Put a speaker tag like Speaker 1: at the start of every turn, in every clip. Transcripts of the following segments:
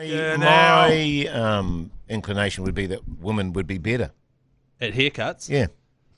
Speaker 1: Yeah, now.
Speaker 2: My um, inclination would be that women would be better.
Speaker 1: At haircuts?
Speaker 2: Yeah.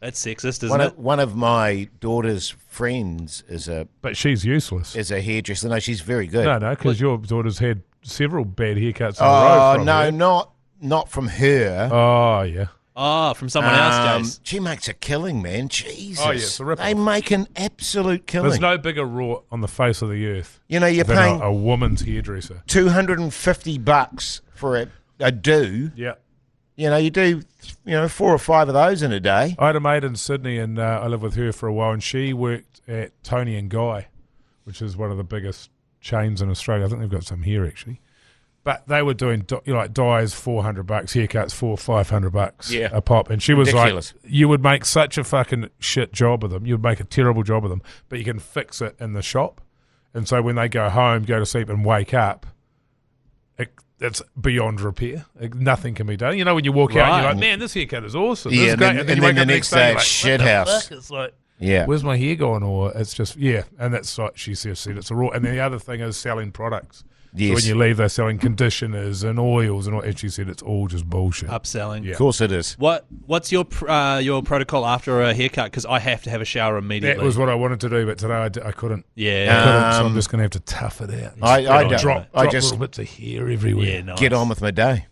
Speaker 1: That's sexist, isn't
Speaker 2: One
Speaker 1: it?
Speaker 2: of, one of my daughter's friends is a
Speaker 3: But she's useless.
Speaker 2: is a hairdresser. No, she's very good.
Speaker 3: No, no, because your daughter's had several bad haircuts in a row.
Speaker 2: Oh
Speaker 3: from
Speaker 2: no,
Speaker 3: her.
Speaker 2: not not from her. Um,
Speaker 3: Oh, yeah.
Speaker 1: Oh, from someone else, Jace.
Speaker 2: She makes a killing, man. Jesus.
Speaker 3: Oh, it's a rip-off.
Speaker 2: They make an absolute
Speaker 3: There's
Speaker 2: killing.
Speaker 3: no bigger rot on the face of the earth
Speaker 2: you know, you're
Speaker 3: than
Speaker 2: paying
Speaker 3: a, a woman's hairdresser.
Speaker 2: 250 bucks for a, a do.
Speaker 3: Yeah.
Speaker 2: You know, you do, you know, four or five of those in a day.
Speaker 3: I had a mate in Sydney, and uh, I lived with her for a while, and she worked at Tony and Guy, which is one of the biggest chains in Australia. I think they've got some here actually. But they were doing di- you know, like dyes four hundred bucks, haircuts four five hundred bucks
Speaker 2: Yeah.
Speaker 3: a pop, and she
Speaker 2: Ridiculous.
Speaker 3: was like, "You would make such a fucking shit job of them. You'd make a terrible job of them, but you can fix it in the shop." And so when they go home, go to sleep, and wake up, it, it's beyond repair. Like, nothing can be done. You know when you walk out, and you're
Speaker 1: Right.
Speaker 3: like, "Man, this haircut is awesome."
Speaker 2: Yeah,
Speaker 3: This is
Speaker 2: and
Speaker 3: great."
Speaker 2: then- and
Speaker 3: you
Speaker 2: then
Speaker 3: wake
Speaker 2: the
Speaker 3: up
Speaker 2: next day it's
Speaker 3: you're
Speaker 2: shit
Speaker 3: like, "What the
Speaker 2: house."
Speaker 3: fuck?" It's like,
Speaker 2: Yeah.
Speaker 3: where's my hair going? Or it's just yeah, and that's like she said. said It's a raw. And the other thing is selling products. So
Speaker 2: Yes.
Speaker 3: when you leave, they're selling conditioners and oils and all. And she said it's all just bullshit.
Speaker 1: Upselling.
Speaker 3: Yeah.
Speaker 2: Of course it is.
Speaker 1: What What's your pr- uh, your protocol after a haircut? Because I have to have a shower
Speaker 3: That
Speaker 1: immediately.
Speaker 3: was what I wanted to do, but today I, d- I couldn't.
Speaker 1: yeah.
Speaker 3: couldn't, so
Speaker 2: Um,
Speaker 3: I'm just gonna have to tough it out.
Speaker 2: I- I
Speaker 3: Drop-
Speaker 2: don't-
Speaker 3: drop,
Speaker 2: I
Speaker 3: drop
Speaker 2: just-
Speaker 3: little bits of hair everywhere.
Speaker 1: yeah, nice.
Speaker 2: Get on with my day.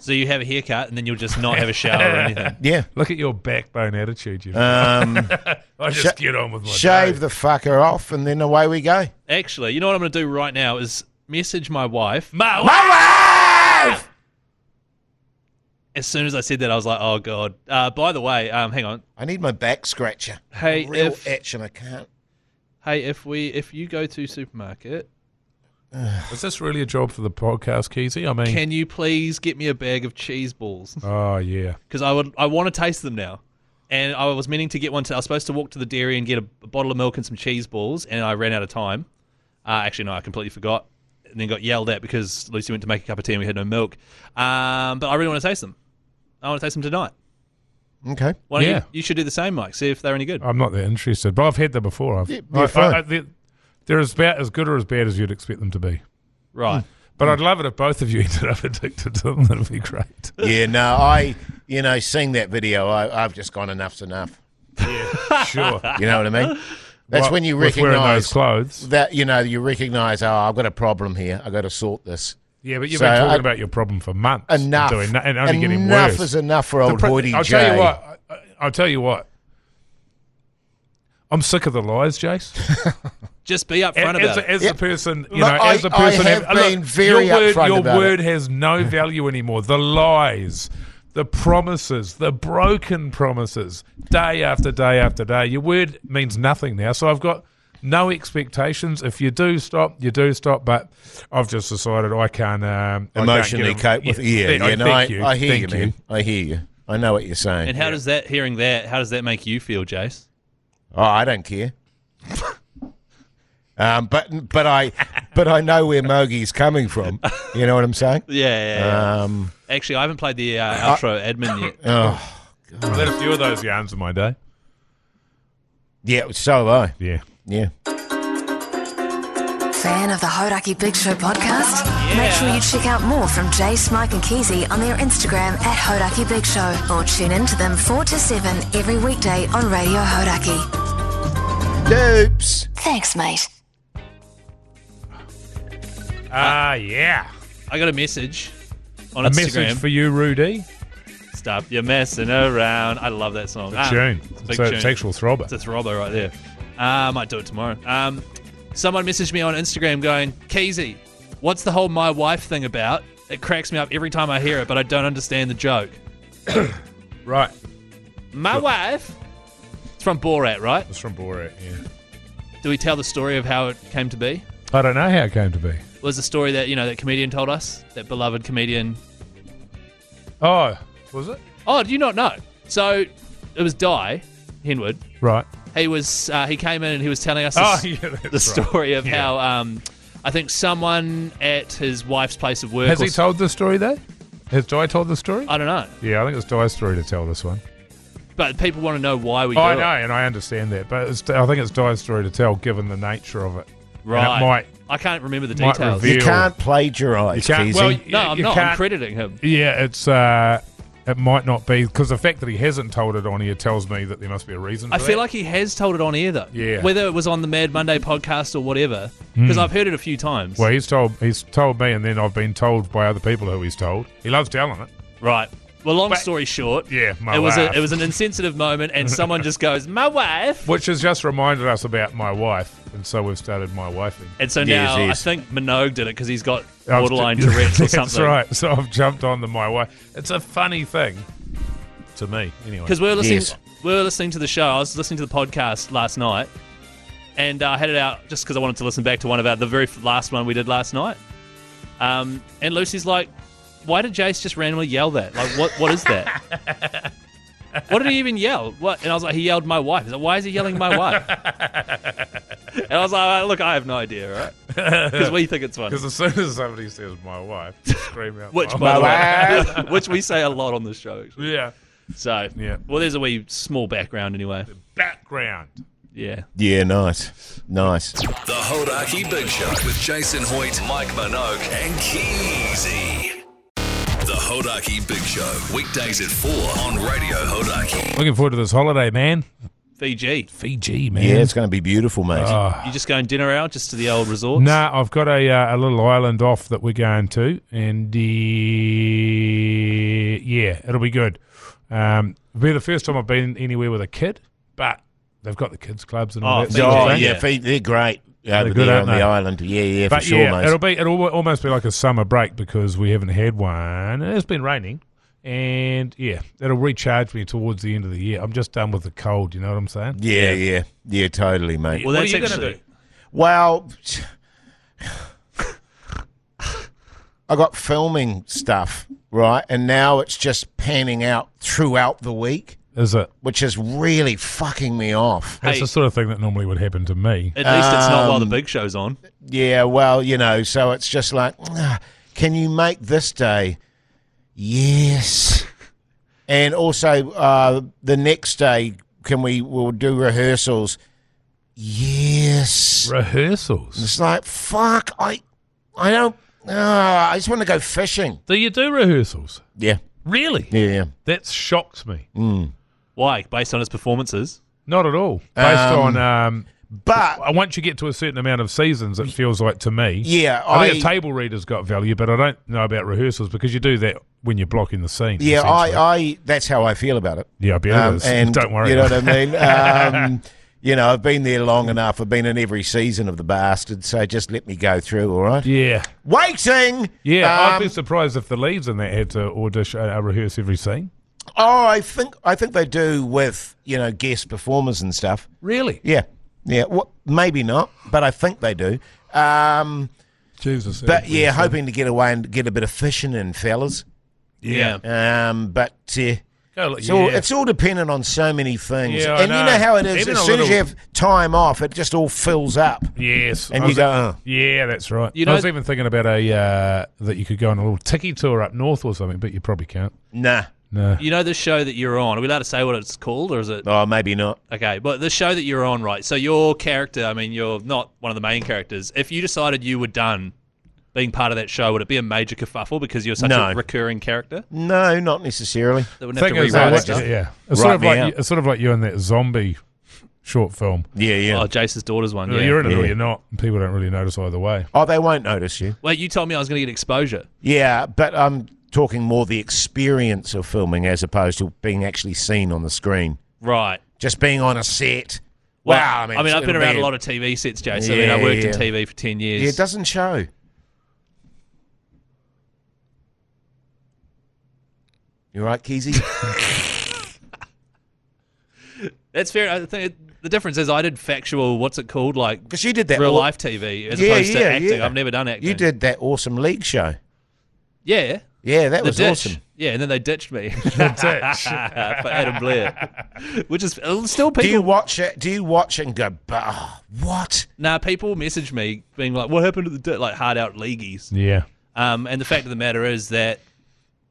Speaker 1: So you have a haircut and then you'll just not have a shower or anything.
Speaker 2: Yeah.
Speaker 3: Look at your backbone attitude. You.
Speaker 2: Um,
Speaker 3: I just get on with my
Speaker 2: shave
Speaker 3: day.
Speaker 2: the fucker off and then away we go.
Speaker 1: Actually, you know what I'm going to do right now is message my wife.
Speaker 3: My
Speaker 1: As soon as I said that, I was like, oh, God. Uh, by the way, um, hang on.
Speaker 2: I need my back scratcher.
Speaker 1: Hey,
Speaker 2: Real
Speaker 1: if-
Speaker 2: itch and I can't.
Speaker 1: Hey, if we if you go to supermarket,
Speaker 3: Is this really a job for the podcast, Keezy? I mean,
Speaker 1: can you please get me a bag of cheese balls?
Speaker 3: oh yeah,
Speaker 1: because I would I want to taste them now. And I was meaning to get one. To, I was supposed to walk to the dairy and get a, a bottle of milk and some cheese balls, and I ran out of time. Uh, actually, no, I completely forgot, and then got yelled at because Lucy went to make a cup of tea and we had no milk. Um, but I really want to taste them. I want to taste them tonight.
Speaker 2: Okay.
Speaker 1: Why don't
Speaker 3: Yeah.
Speaker 1: you, you should do the same, Mike. See if they're any good.
Speaker 3: I'm not that interested, but I've had them before. I've,
Speaker 2: Yeah, they're fine.
Speaker 3: they're, they're as bad, as good or as bad as you'd expect them to be.
Speaker 1: Right.
Speaker 3: But I'd love it if both of you ended up addicted to them. That'd be great.
Speaker 2: Yeah, no, I, you know, seeing that video, I, I've just gone enough's enough.
Speaker 3: Sure.
Speaker 2: You know what I mean? That's
Speaker 3: Well,
Speaker 2: when you
Speaker 3: with wearing those
Speaker 2: recognise
Speaker 3: clothes.
Speaker 2: that you know you recognise. Oh, I've got a problem here. I've got to sort this.
Speaker 3: Yeah, but you've
Speaker 2: So
Speaker 3: been talking
Speaker 2: I-
Speaker 3: about your problem for months. and
Speaker 2: Enough.
Speaker 3: doing no- and only getting
Speaker 2: enough
Speaker 3: worse.
Speaker 2: is enough for
Speaker 3: The
Speaker 2: old
Speaker 3: pro-
Speaker 2: Hoity
Speaker 3: I'll
Speaker 2: J.
Speaker 3: tell you what. I, I'll tell you what. I'm sick of the lies, Jace.
Speaker 1: Just be upfront
Speaker 3: As,
Speaker 1: about
Speaker 3: as, as
Speaker 1: it.
Speaker 3: a person,
Speaker 2: Look,
Speaker 3: you know,
Speaker 2: I-
Speaker 3: as a
Speaker 2: I
Speaker 3: person,
Speaker 2: have been very
Speaker 3: your word,
Speaker 2: upfront
Speaker 3: your
Speaker 2: about
Speaker 3: word has no value anymore. The lies, the promises, the broken promises, day after day after day. Your word means nothing now. So I've got no expectations. If you do stop, you do stop. But I've just decided I can't um, I can't get
Speaker 2: Emotionally
Speaker 3: them.
Speaker 2: cope with yeah, yeah.
Speaker 3: thank
Speaker 2: no, I,
Speaker 3: you,
Speaker 2: I hear
Speaker 3: thank
Speaker 2: you, man. I hear you. I know what you're saying.
Speaker 1: and how does that hearing that? How does that make you feel, Jace?
Speaker 2: oh, I don't care. um, but but I but I know where Mogi's coming from. You know what I'm saying?
Speaker 1: Yeah. yeah, yeah.
Speaker 2: Um,
Speaker 1: actually, I haven't played the uh, outro admin yet.
Speaker 2: oh,
Speaker 3: I've had a few of those yarns in my day.
Speaker 2: yeah. So have I.
Speaker 3: Yeah.
Speaker 2: Yeah.
Speaker 4: Fan of the Hodaki Big Show podcast? Make sure you check out more from Jace, Mike, and Keezy on their Instagram at Hodaki Big Show or tune in to them 4 to 7 every weekday on Radio Hodaki.
Speaker 2: Dupes.
Speaker 4: Thanks, mate.
Speaker 3: Ah, yeah.
Speaker 1: I got a message on
Speaker 3: A
Speaker 1: Instagram.
Speaker 3: message for you, Rudy.
Speaker 1: Stop your messing around. I love that song. Ah,
Speaker 3: June.
Speaker 1: It's a big
Speaker 3: It's a
Speaker 1: tune.
Speaker 3: sexual throbber.
Speaker 1: It's a throbber right there. Uh, I might do it tomorrow. Um, someone messaged me on Instagram going, Keezy, what's the whole my wife thing about? It cracks me up every time I hear it, but I don't understand the joke.
Speaker 3: Right.
Speaker 1: My wife? It's from Borat, right?
Speaker 3: It's from Borat, yeah.
Speaker 1: Do we tell the story of how it came to be?
Speaker 3: I don't know how it came to be.
Speaker 1: It was the story that, you know, that comedian told us, that beloved comedian.
Speaker 3: Oh, was it?
Speaker 1: Oh, do you not know? So it was Di Henwood.
Speaker 3: Right.
Speaker 1: He was uh, he came in and he was telling us
Speaker 3: Oh,
Speaker 1: this-
Speaker 3: yeah, that's
Speaker 1: the story of
Speaker 3: Yeah.
Speaker 1: how um, I think someone at his wife's place of work.
Speaker 3: Has
Speaker 1: or
Speaker 3: he
Speaker 1: s-
Speaker 3: told the story though? Has Di told the story?
Speaker 1: I don't know,
Speaker 3: yeah, I think it's Di's story to tell this one.
Speaker 1: but people want to know why we.
Speaker 3: Oh, I
Speaker 1: do
Speaker 3: know, and I understand that, but it's, I think it's Di's story to tell given the nature of it.
Speaker 1: Right.
Speaker 3: And it might
Speaker 1: I can't remember the
Speaker 3: Might
Speaker 1: details.
Speaker 3: reveal-
Speaker 2: You
Speaker 3: Ew.
Speaker 2: can't plagiarise,
Speaker 3: You can't-
Speaker 2: Keezy.
Speaker 3: well, you-
Speaker 1: No, I'm not. I'm
Speaker 3: can't-
Speaker 1: crediting him.
Speaker 3: Yeah, it's uh, it might not be because the fact that he hasn't told it on here tells me that there must be a reason.
Speaker 1: I
Speaker 3: for
Speaker 1: feel
Speaker 3: that.
Speaker 1: like he has told it on air though.
Speaker 3: Yeah. Hmm.
Speaker 1: Whether it was on the Mad Monday podcast or whatever, because I've heard it a few times.
Speaker 3: well, he's told he's told me, and then I've been told by other people who he's told. He loves telling it.
Speaker 1: Right. Well, long
Speaker 3: But-
Speaker 1: story short,
Speaker 3: Yeah, my
Speaker 1: it was
Speaker 3: wife.
Speaker 1: A, it was an insensitive moment, and someone just goes, "My wife,"
Speaker 3: Which has just reminded us about my wife, and so we've started my wifing.
Speaker 1: and so
Speaker 2: Yes,
Speaker 1: now
Speaker 2: yes.
Speaker 1: I think Minogue did it because he's got
Speaker 3: I've
Speaker 1: borderline
Speaker 3: ju-
Speaker 1: Tourette's or something.
Speaker 3: That's right. So I've jumped on the my wife. It's a funny thing to me, anyway.
Speaker 1: Because we were listening,
Speaker 2: Yes.
Speaker 1: we were listening to the show. I was listening to the podcast last night, and uh, I had it out just because I wanted to listen back to one of our the very f- last one we did last night. Um, and Lucy's like, "Why did Jace just randomly yell that? Like, what what is that? what did he even yell? What?" And I was like, "He yelled my wife." He's like, "Why is he yelling my wife?" and I was like, "Uh, "Look, I have no idea, right? Because we think it's funny."
Speaker 3: Because as soon as somebody says my wife, you scream out.
Speaker 1: Which,
Speaker 3: my
Speaker 1: by
Speaker 3: wife.
Speaker 1: the way, which we say a lot on this show. Actually.
Speaker 3: Yeah.
Speaker 1: So,
Speaker 3: Yeah.
Speaker 1: well, there's a wee small background anyway.
Speaker 3: Background.
Speaker 1: Yeah.
Speaker 2: yeah, nice. Nice.
Speaker 5: The Hodaki Big Show with Jason Hoyt, Mike Minogue, and Keezy. The Hodaki Big Show, weekdays at 4 on Radio Hodaki.
Speaker 3: Looking forward to this holiday, man.
Speaker 1: Fiji.
Speaker 3: Fiji, man.
Speaker 2: Yeah, it's going to be beautiful, mate.
Speaker 3: Oh,
Speaker 1: You just going dinner out just to the old resort?
Speaker 3: Nah, I've got a uh, a little island off that we're going to, and uh, yeah, it'll be good. Um, it'll be the first time I've been anywhere with a kid, but they've got the kids clubs and all
Speaker 1: Oh,
Speaker 3: that.
Speaker 1: Fiji,
Speaker 3: sort of
Speaker 2: oh,
Speaker 3: thing.
Speaker 2: yeah,
Speaker 1: yeah.
Speaker 2: Fiji, they're great over
Speaker 3: good,
Speaker 2: there
Speaker 3: aren't
Speaker 2: on the
Speaker 3: they?
Speaker 2: island. Yeah, yeah, for
Speaker 3: But
Speaker 2: sure,
Speaker 3: yeah,
Speaker 2: mate.
Speaker 3: it'll be it'll al- almost be like a summer break because we haven't had one. It's been raining, and yeah, it'll recharge me towards the end of the year. I'm just done with the cold. You know what I'm saying?
Speaker 2: yeah, yeah, yeah, totally, mate.
Speaker 1: Well,
Speaker 3: What
Speaker 1: that's
Speaker 3: are you gonna
Speaker 1: actually.
Speaker 3: do?
Speaker 2: Well, I got filming stuff, right? And now it's just panning out throughout the week,
Speaker 3: Is it?
Speaker 2: which is really fucking me off.
Speaker 3: That's
Speaker 1: Hey.
Speaker 3: the sort of thing that normally would happen to me.
Speaker 1: At least it's not
Speaker 2: Um,
Speaker 1: while the big show's on.
Speaker 2: Yeah, well, you know, so it's just like, "Ah, can you make this day? Yes. And also uh, the next day, can we, we'll do rehearsals? Yes.
Speaker 3: Rehearsals.
Speaker 2: It's like, fuck, I, I don't, uh, I just want to go fishing.
Speaker 3: Do you do rehearsals?
Speaker 2: Yeah.
Speaker 3: Really?
Speaker 2: Yeah, yeah.
Speaker 3: That shocks me.
Speaker 1: Why? Based on his performances?
Speaker 3: Not at all. Based
Speaker 2: Um,
Speaker 3: on um,
Speaker 2: But
Speaker 3: uh, once you get to a certain amount of seasons, it feels like to me.
Speaker 2: yeah,
Speaker 3: I,
Speaker 2: I,
Speaker 3: think a table reader's got value, but I don't know about rehearsals because you do that when you're blocking the scene.
Speaker 2: yeah,
Speaker 3: essentially.
Speaker 2: I, I, that's how I feel about it.
Speaker 3: yeah, I bet it
Speaker 2: Um,
Speaker 3: is.
Speaker 2: and
Speaker 3: don't worry.
Speaker 2: You know what I
Speaker 3: about
Speaker 2: mean? Um, you know, I've been there long enough. I've been in every season of the bastard, so just let me go through, all right?
Speaker 3: it. Yeah,
Speaker 2: Waiting.
Speaker 3: yeah. I'd
Speaker 2: Um,
Speaker 3: be surprised if the leads in that had to audition, uh, rehearse every scene.
Speaker 2: oh, I think I think they do with you know guest performers and stuff.
Speaker 3: Really?
Speaker 2: Yeah, yeah. Well, maybe not, but I think they do. Um,
Speaker 3: Jesus.
Speaker 2: but yeah, hoping to get away and get a bit of fishing in, fellas.
Speaker 1: Yeah.
Speaker 2: Um, but uh,
Speaker 3: Go Oh, look-
Speaker 2: it's, all,
Speaker 3: yeah.
Speaker 2: it's all dependent on so many things.
Speaker 3: Yeah, I
Speaker 2: and you
Speaker 3: know.
Speaker 2: know how it is.
Speaker 3: Even a
Speaker 2: as soon as you
Speaker 3: little-
Speaker 2: have time off, it just all fills up.
Speaker 3: Yes.
Speaker 2: And
Speaker 3: I
Speaker 2: you
Speaker 3: was-
Speaker 2: go, "Oh."
Speaker 3: yeah, that's right.
Speaker 1: You
Speaker 3: I
Speaker 1: know-
Speaker 3: was even thinking about a uh, that you could go on a little tiki tour up north or something, but you probably can't.
Speaker 2: Nah.
Speaker 3: No.
Speaker 1: You know this show that you're on. Are we allowed to say what it's called, or is it
Speaker 2: Oh, maybe not.
Speaker 1: okay? But the show that you're on, right? So your character. I mean, you're not one of the main characters. If you decided you were done being part of that show, would it be a major kerfuffle because you're such
Speaker 2: No.
Speaker 1: a recurring character?
Speaker 2: No, not necessarily.
Speaker 1: They wouldn't have to
Speaker 3: Thing is,
Speaker 1: rewrite
Speaker 3: uh,
Speaker 2: it,
Speaker 1: it, stuff.
Speaker 3: yeah, yeah. It's, sort
Speaker 2: Write
Speaker 3: of
Speaker 2: me
Speaker 3: like
Speaker 2: out.
Speaker 3: you, it's sort of like you in that zombie short film.
Speaker 2: Yeah, yeah.
Speaker 1: Oh, Jace's daughter's one.
Speaker 3: Either
Speaker 1: Yeah.
Speaker 3: You're in it or
Speaker 2: Yeah.
Speaker 3: you're not. and People don't really notice either way.
Speaker 2: Oh, they won't notice you.
Speaker 1: Wait, you told me I was going to get exposure.
Speaker 2: Yeah, but I'm talking more the experience of filming as opposed to being actually seen on the screen.
Speaker 1: Right.
Speaker 2: Just being on a set.
Speaker 1: Well,
Speaker 2: wow, I mean, it's-
Speaker 1: I've been
Speaker 2: it'll
Speaker 1: around
Speaker 2: be-
Speaker 1: a lot of TV sets, Jace. I mean, I
Speaker 2: Yeah,
Speaker 1: worked
Speaker 2: yeah.
Speaker 1: in TV for ten years.
Speaker 2: Yeah, it doesn't show. You all right, Keezy?
Speaker 1: That's fair. I think it, the difference is I did factual. What's it called? Like
Speaker 2: Because you did that
Speaker 1: real
Speaker 2: aw-
Speaker 1: life TV as
Speaker 2: Yeah,
Speaker 1: opposed to
Speaker 2: yeah,
Speaker 1: acting.
Speaker 2: yeah.
Speaker 1: I've never done acting.
Speaker 2: You did that awesome league show.
Speaker 1: Yeah.
Speaker 2: Yeah, that
Speaker 1: The
Speaker 2: was
Speaker 1: ditch.
Speaker 2: awesome.
Speaker 1: Yeah, and then they ditched me
Speaker 3: That's it.
Speaker 1: for Adam Blair, which is still
Speaker 2: Do you
Speaker 1: people.
Speaker 2: watch it? Do you watch it and go, "Bah, what?
Speaker 1: Now nah, people message me being like, "What happened to the di-? like hard out leagueies?"
Speaker 3: yeah.
Speaker 1: Um, and the fact of the matter is that,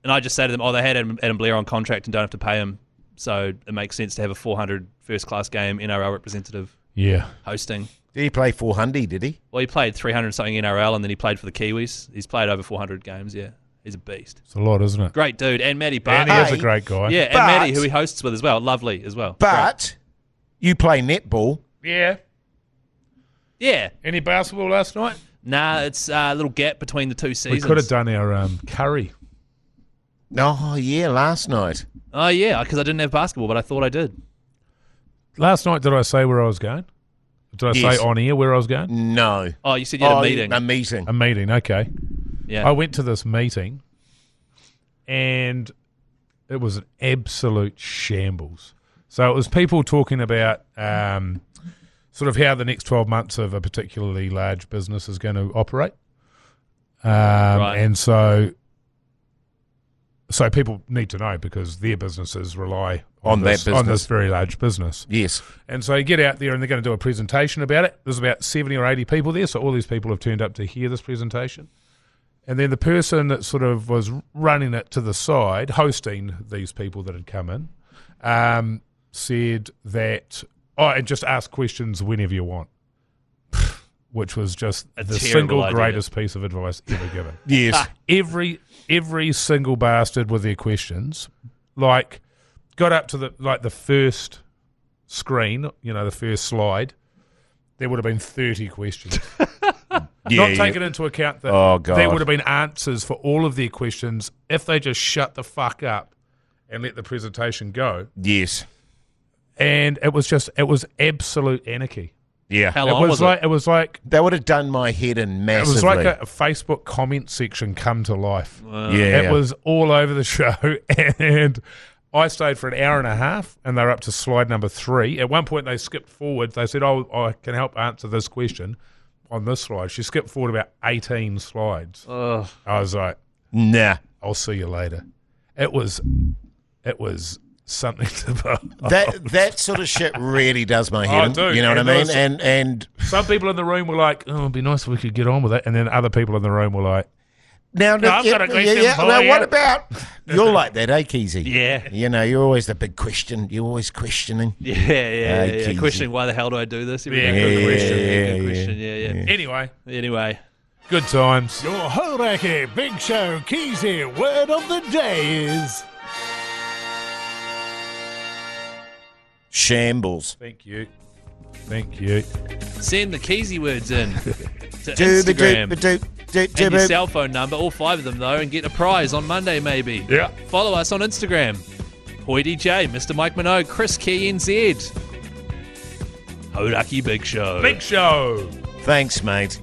Speaker 1: and I just say to them, "Oh, they had Adam, Adam Blair on contract and don't have to pay him, so it makes sense to have a 400 first class game NRL representative
Speaker 3: Yeah.
Speaker 1: hosting."
Speaker 2: Did he play 400? Did he?
Speaker 1: Well, he played 300 something NRL and then he played for the Kiwis. He's played over 400 games, yeah. He's a beast.
Speaker 3: It's a lot, isn't it?
Speaker 1: Great dude. And Matty
Speaker 3: And
Speaker 1: Barton.
Speaker 3: he is a
Speaker 2: Hey.
Speaker 3: great guy.
Speaker 1: yeah, and
Speaker 2: But-
Speaker 1: Matty, who he hosts with as well. Lovely as well.
Speaker 2: But you play netball.
Speaker 3: Yeah.
Speaker 1: Yeah.
Speaker 3: Any basketball last night?
Speaker 1: Nah, it's uh, a little gap between the two
Speaker 3: We
Speaker 1: seasons.
Speaker 3: could have done our um, curry.
Speaker 2: Oh yeah, last night.
Speaker 1: Oh, yeah, because I didn't have basketball, but I thought I did.
Speaker 3: Last night, did I say where I was going? Did I
Speaker 2: Yes.
Speaker 3: say on air where I was going?
Speaker 2: No.
Speaker 1: Oh, you said you had
Speaker 2: Oh,
Speaker 1: a meeting.
Speaker 2: A meeting.
Speaker 3: A meeting, okay.
Speaker 1: yeah.
Speaker 3: I went to this meeting and it was an absolute shambles. So it was people talking about um, sort of how the next 12 months of a particularly large business is going to operate. Um, And so so people need to know because their businesses rely on,
Speaker 2: On that
Speaker 3: this- on this
Speaker 2: business.
Speaker 3: very large business.
Speaker 2: Yes.
Speaker 3: And so you get out there and they're going to do a presentation about it. There's about 70 or 80 people there. So all these people have turned up to hear this presentation. And then the person that sort of was running it to the side, hosting these people that had come in, um, said that, oh, and just ask questions whenever you want, which was just
Speaker 1: A
Speaker 3: the
Speaker 1: terrible
Speaker 3: single
Speaker 1: idea.
Speaker 3: greatest piece of advice ever given
Speaker 2: Yes.
Speaker 3: every every single bastard with their questions. Like got up to the like the first screen, you know, the first slide. There would have been thirty questions.
Speaker 2: yeah.
Speaker 3: Not taking into account that
Speaker 2: Oh,
Speaker 3: there
Speaker 2: God.
Speaker 3: would have been answers for all of their questions if they just shut the fuck up and let the presentation go.
Speaker 2: Yes.
Speaker 3: And it was just it was absolute anarchy.
Speaker 2: Yeah.
Speaker 1: How
Speaker 3: It
Speaker 1: long
Speaker 3: was,
Speaker 1: was,
Speaker 3: like it was like
Speaker 2: They would have done my head in
Speaker 3: it was
Speaker 2: massively.
Speaker 3: like a, a Facebook comment section come to life.
Speaker 2: yeah.
Speaker 3: It was all over the show, and I stayed for an hour and a half, and they're up to slide number three. At one point, they skipped forward. They said, "Oh, I can help answer this question on this slide." She skipped forward about eighteen slides.
Speaker 1: Ugh.
Speaker 3: I was like,
Speaker 2: nah.
Speaker 3: "I'll see you later." It was, it was something to behold.
Speaker 2: That that sort of shit really does my head.
Speaker 3: Oh,
Speaker 2: in,
Speaker 3: dude,
Speaker 2: You know what I
Speaker 3: and
Speaker 2: mean?
Speaker 3: those-
Speaker 2: And and
Speaker 3: Some people in the room were like, "Oh, it'd be nice if we could get on with it," and then other people in the room were like,
Speaker 2: now
Speaker 3: No, I've got a question for
Speaker 2: now
Speaker 3: you.
Speaker 2: what about you're like that, eh, Keezy?
Speaker 1: Yeah.
Speaker 2: You know, you're always the big question. You're always questioning.
Speaker 1: Yeah, yeah, yeah,
Speaker 2: Okay,
Speaker 1: yeah.
Speaker 2: easy.
Speaker 1: Questioning why the hell do I do this?
Speaker 3: Yeah,
Speaker 1: good
Speaker 3: yeah,
Speaker 1: question.
Speaker 2: yeah,
Speaker 1: good
Speaker 2: yeah,
Speaker 1: question. Yeah, yeah.
Speaker 3: "Anyway,
Speaker 1: Anyway,
Speaker 3: good times."
Speaker 6: Your Hodaki Big Show Keezy word of the day is
Speaker 2: Shambles.
Speaker 3: Thank you, thank you.
Speaker 1: send the Keezy words in to
Speaker 2: Dooba-doop,
Speaker 1: Instagram
Speaker 2: ba-doop, doop,
Speaker 1: and your
Speaker 2: doop.
Speaker 1: cell phone number, all five of them though, and get a prize on Monday maybe.
Speaker 3: Yeah.
Speaker 1: Follow us on Instagram. Hoity J, Mr. Mike Minogue, Chris Key NZ. Hodaki Big Show.
Speaker 3: Big show.
Speaker 2: Thanks, mate.